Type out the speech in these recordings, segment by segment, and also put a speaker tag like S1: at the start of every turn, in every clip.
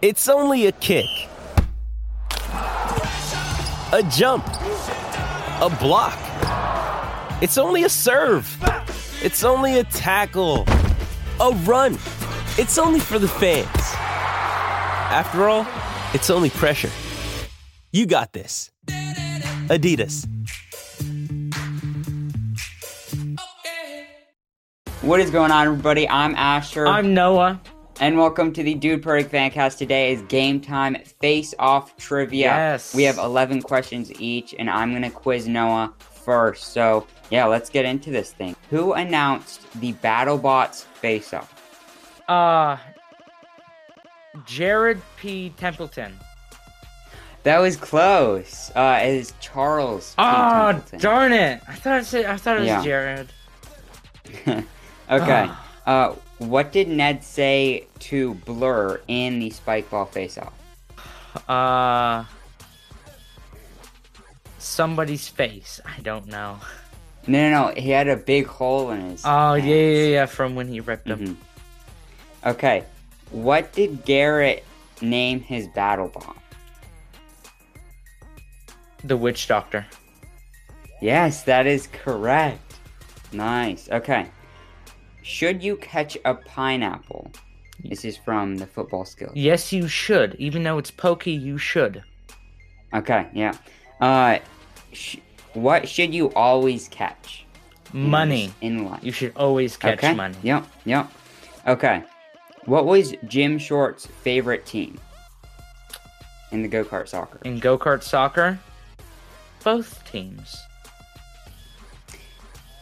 S1: It's only a kick, a jump, a block. It's only a serve. It's only a tackle, a run. It's only for the fans. After all, it's only pressure. You got this. Adidas.
S2: What is going on, everybody? I'm Asher.
S3: I'm Noah.
S2: and welcome to the Dude Perfect Fancast. Today is game time face off trivia.
S3: Yes.
S2: We have 11 questions each, and I'm going to quiz Noah first. So, yeah, let's get into this thing. Who announced the BattleBots face off?
S3: Uh Jared P. Templeton.
S2: That was close. Uh, it is Charles. P.
S3: Oh
S2: Templeton.
S3: darn it. I thought it said I thought it was
S2: Yeah.
S3: Jared.
S2: Okay.
S3: Ah.
S2: uh, what did Ned say to Blur in the Spikeball face off?
S3: Uh somebody's face. I don't know.
S2: No, no, no. He had a big hole in his.
S3: Oh yeah
S2: pants.
S3: yeah yeah from when he ripped him.
S2: Mhm.
S3: Mm-hmm.
S2: Okay. What did Garrett name his battle bomb?
S3: The witch doctor.
S2: Yes, that is correct. Nice. Okay. Should you catch a pineapple? This is from the football skill.
S3: Yes you should. Even though it's pokey, you should.
S2: Okay, yeah. Uh, sh- what should you always catch? in-
S3: Money.
S2: In life.
S3: You should always catch
S2: okay?
S3: money.
S2: Yep, yep. Okay. What was Jim Short's favorite team in the go kart soccer?
S3: In go kart soccer, both teams.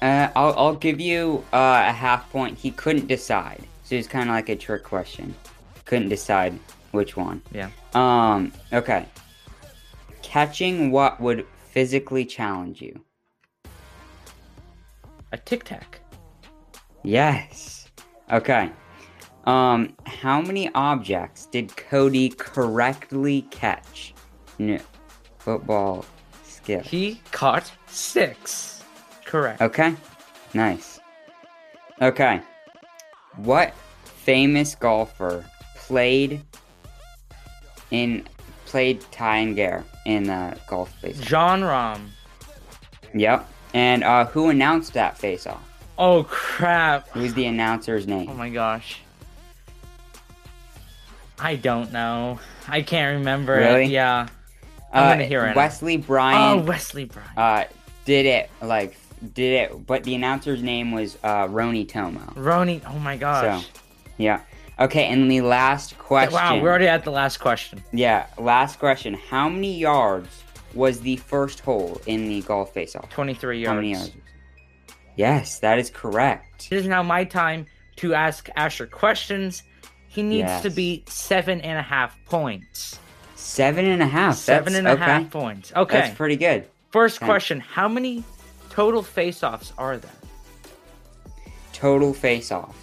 S2: Uh, I'll, I'll give you uh, a half point. He couldn't decide. So it's kind of like a trick question. Couldn't decide which one.
S3: Yeah.
S2: Um, okay. Catching what would physically challenge you?
S3: A tic tac.
S2: Yes. Okay. Um, how many objects did Cody correctly catch? No. Football skill.
S3: He caught six. Correct.
S2: Okay. Nice. Okay. What famous golfer played in played Ty and Gare in uh, golf face?
S3: John Rom.
S2: Yep. And uh, who announced that face off?
S3: Oh crap.
S2: Who's the announcer's
S3: Oh
S2: name?
S3: my gosh. I don't know. I can't remember
S2: Really?
S3: it. Yeah. I'm gonna
S2: Uh,
S3: hear it.
S2: Wesley
S3: Oh,
S2: Bryan
S3: Wesley Bryan.
S2: uh, did it like did it, but the announcer's name was uh, Roni Tomo.
S3: Roni. Oh my gosh.
S2: So, yeah. Okay, and the last question.
S3: Wow, we're already at the last question.
S2: Yeah, last question. How many yards was the first hole in the golf face-off?
S3: 23
S2: How
S3: yards.
S2: many yards? Yes, that is correct.
S3: It is now my time to ask Asher questions. He needs to
S2: Yes.
S3: beat seven and a half points.
S2: Seven and a half.
S3: Seven
S2: That's-
S3: and a half
S2: okay.
S3: points. Okay.
S2: That's pretty good.
S3: First
S2: okay.
S3: question How many total face offs are there?
S2: Total face-offs.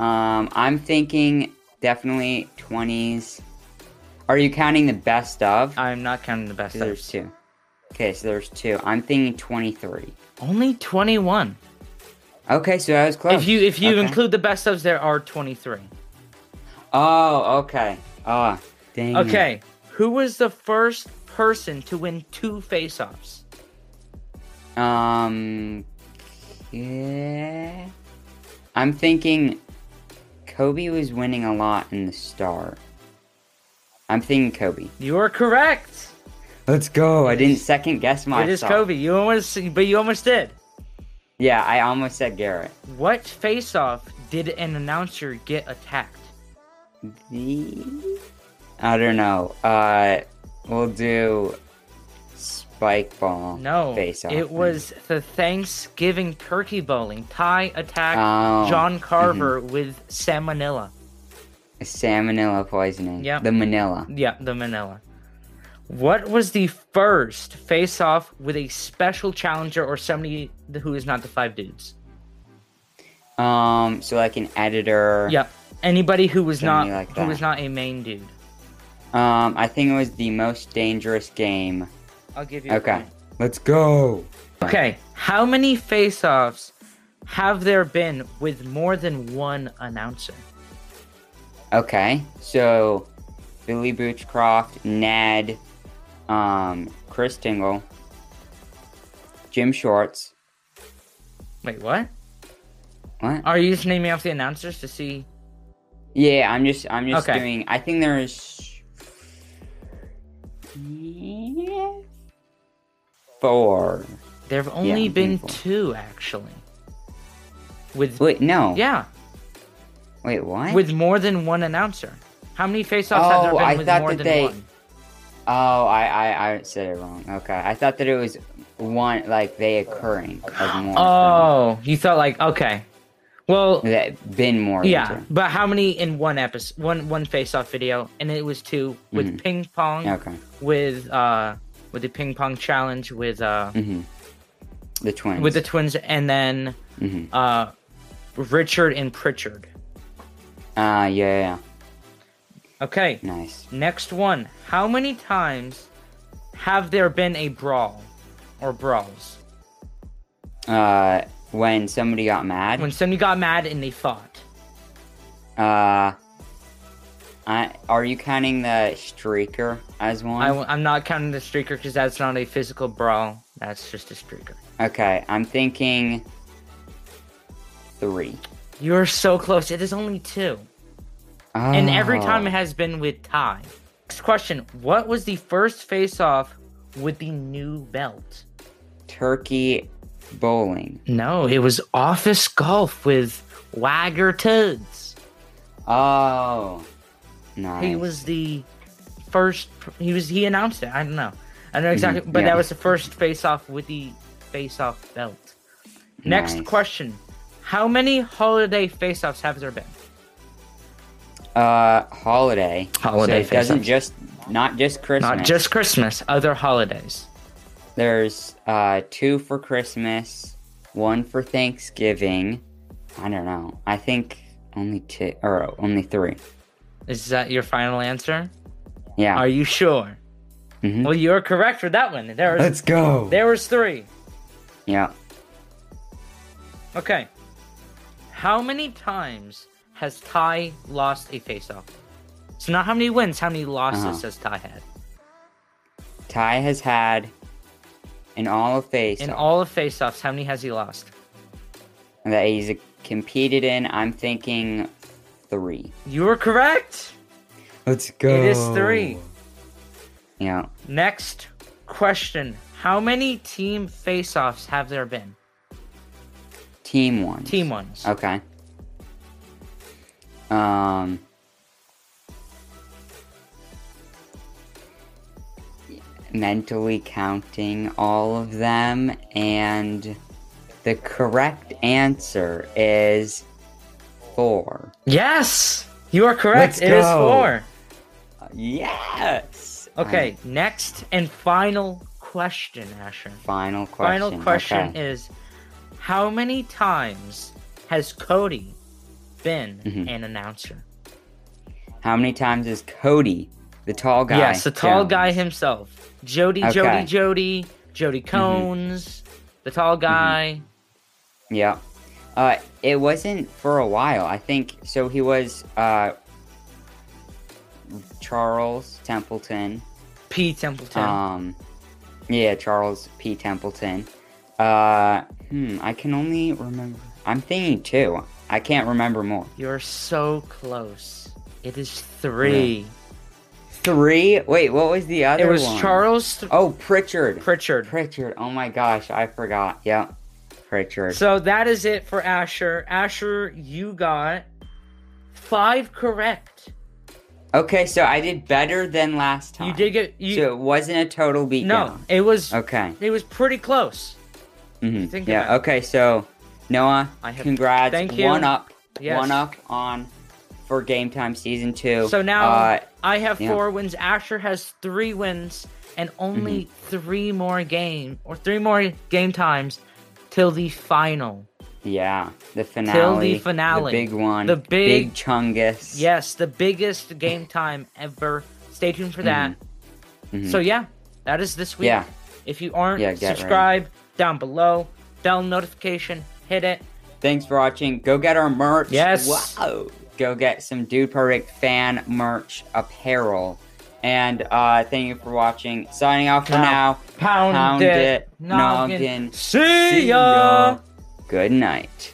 S2: Um, I'm thinking definitely 20s. Are you counting the best of?
S3: I'm not counting the best.
S2: there's
S3: offs.
S2: two. Okay, so there's two. I'm thinking 23.
S3: Only 21.
S2: Okay, so I was close.
S3: If you if you
S2: Oh, Okay.
S3: include the best ofs, there are 23.
S2: Oh, okay. Oh, dang. it.
S3: Okay, who was the first person to win two face-offs?
S2: Um, yeah. I'm thinking Kobe was winning a lot in the start. I'm thinking Kobe.
S3: You are correct.
S2: Let's go. I didn't second guess myself.
S3: it is Kobe. You almost, but you almost did.
S2: Yeah, I almost said Garrett.
S3: What face-off did an announcer get attacked?
S2: The I don't know. Uh, we'll do spike ball.
S3: No,
S2: face off.
S3: it was the Thanksgiving turkey bowling. Ty attacked
S2: Oh,
S3: John Carver with salmonella.
S2: salmonella poisoning.
S3: Yep.
S2: the Manila.
S3: Yeah, the Manila. What was the first face-off with a special challenger or somebody who is not the five dudes?
S2: Um, so like an editor.
S3: Yep. Anybody who was not
S2: Something like
S3: who was
S2: that.
S3: not a main dude.
S2: Um, I think it was the most dangerous game.
S3: I'll give you. a
S2: Okay.
S3: point.
S2: Let's go.
S3: Okay. How many face-offs have there been with more than one announcer?
S2: Okay. So Billy Boochcroft, Ned, um, Chris Tingle, Jim Shorts.
S3: Wait, what?
S2: What?
S3: Are you just naming off the announcers to see?
S2: Yeah, I'm just I'm just
S3: Okay.
S2: doing. I think there's yeah, four.
S3: There have only
S2: I'm
S3: been
S2: thankful.
S3: two actually. With
S2: Wait, no.
S3: yeah,
S2: Wait, what?
S3: with more than one announcer. How many face-offs have there
S2: Oh,
S3: been
S2: I
S3: with
S2: thought
S3: more
S2: that
S3: than
S2: they-
S3: one?
S2: oh, I, I I said it wrong. Okay, I thought that it was one like they occurring like more.
S3: Oh, you thought like okay, well
S2: from- that been more.
S3: yeah,
S2: into.
S3: but how many in one episode, one one face-off video, and it was two with
S2: Mhm.
S3: ping pong,
S2: Okay.
S3: with uh with the ping pong challenge, with uh
S2: Mm-hmm. The twins.
S3: with the twins, and then
S2: Mm-hmm.
S3: uh Richard and Pritchard.
S2: Uh, yeah, yeah, yeah.
S3: Okay,
S2: Nice.
S3: Next one. How many times have there been a brawl or brawls
S2: Uh, when somebody got mad.
S3: when somebody got mad and they fought?
S2: Uh, I, are you counting the streaker as one?
S3: I, am not counting the streaker because that's not a physical brawl. That's just a streaker.
S2: okay, I'm thinking three.
S3: You're so close. It is only two. And every
S2: Oh.
S3: time it has been with tie. Next question. What was the first face off with the new belt?
S2: turkey bowling.
S3: No, it was office golf with Wagger Tuds.
S2: Oh, nice.
S3: he was the first he was he announced it i don't know i don't know exactly but
S2: yeah.
S3: that was the first face off with the face off belt next
S2: Nice.
S3: question how many holiday face offs have there been
S2: Uh, holiday.
S3: Holiday
S2: So it doesn't
S3: face-off.
S2: just not just Christmas.
S3: not just christmas other holidays
S2: there's uh two for Christmas, one for Thanksgiving. I don't know. I think only two or only three.
S3: is that your final answer
S2: Yeah.
S3: are you sure
S2: Mhm.
S3: well you're correct for that one there was
S2: go.
S3: there was three
S2: Yeah.
S3: okay how many times has ty lost a face off so not how many wins how many losses
S2: Uh-huh.
S3: has ty had
S2: Ty has had in all of face
S3: In all of face-offs, how many has he lost?
S2: that he's competed in. I'm thinking three.
S3: You were correct.
S2: Let's go.
S3: It is three.
S2: Yeah.
S3: Next question: How many team face-offs have there been?
S2: Team one.
S3: Team ones.
S2: Okay. Um. Mentally counting all of them, and the correct answer is four.
S3: Yes, you are correct.
S2: Let's
S3: It is
S2: go.
S3: four.
S2: Yes.
S3: Okay.
S2: Um,
S3: Next and final question, Asher.
S2: final question.
S3: Final question
S2: Okay.
S3: is: How many times has Cody been
S2: Mhm.
S3: an announcer?
S2: How many times is Cody, the tall guy?
S3: Yes, the tall
S2: Jones?
S3: guy himself. Jody,
S2: Okay. Mm-hmm.
S3: Jody, Jody, Jody Cones, the tall guy.
S2: Yeah. Uh, it wasn't for a while. I think so. He was uh, Charles Templeton.
S3: P. Templeton.
S2: Um, yeah, Charles P. Templeton. Uh, hmm. I can only remember. I'm thinking two. I can't remember more.
S3: You're so close. It is three.
S2: Three. Wait, what was the other?
S3: It was
S2: one?
S3: Charles th-
S2: Oh, Pritchard.
S3: Pritchard.
S2: Pritchard. Oh my gosh, I forgot. Yep. Pritchard.
S3: So that is it for Asher. Asher, you got five correct.
S2: Okay, so I did better than last time.
S3: You did get you.
S2: Ah. so it wasn't a total beatdown.
S3: no, it was
S2: Okay.
S3: it was pretty close.
S2: Mhm.
S3: Think
S2: Yeah.
S3: about it.
S2: Okay. So, Noah,
S3: I have-
S2: congrats.
S3: Thank you.
S2: One up.
S3: Yes.
S2: One up on for game time season two.
S3: So now
S2: Uh,
S3: I have
S2: yeah.
S3: four wins. Asher has three wins and only
S2: Mm-hmm.
S3: three more game or three more game times till the final.
S2: yeah, the finale.
S3: finale.
S2: The big one.
S3: The big-
S2: Big chungus.
S3: Yes, the biggest game time ever. Stay tuned for that.
S2: Mhm.
S3: So yeah, that is this week.
S2: Yeah.
S3: If you aren't,
S2: Yeah, get ready.
S3: subscribe down below. Bell notification, hit it.
S2: Thanks for watching. Go get our merch.
S3: Yes.
S2: Wow. go get some Dude Perfect fan merch apparel. And uh, thank you for watching. Signing off for
S3: Pound-
S2: now.
S3: Pound,
S2: Pound
S3: it.
S2: it. Noggin.
S3: See
S2: See
S3: ya.
S2: ya. Good night.